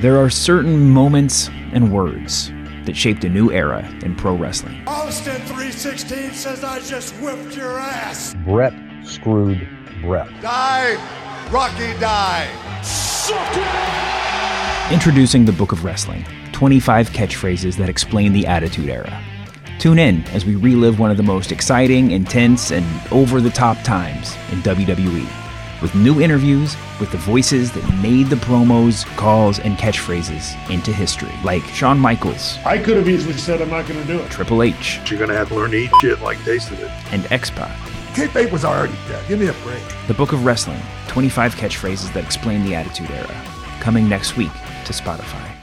There are certain moments and words that shaped a new era in pro wrestling. Austin 316 says I just whipped your ass. Brett screwed Brett. Die, Rocky, die. Introducing the Book of Wrestling 25 catchphrases that explain the Attitude Era. Tune in as we relive one of the most exciting, intense, and over the top times in WWE with new interviews with the voices that made the promos, calls, and catchphrases into history, like Shawn Michaels, I could have easily said I'm not going to do it. Triple H, You're gonna have to learn to eat shit like tasted it. and X Pac. Kayfabe was already dead. Give me a break. The Book of Wrestling 25 catchphrases that explain the Attitude Era. Coming next week to Spotify.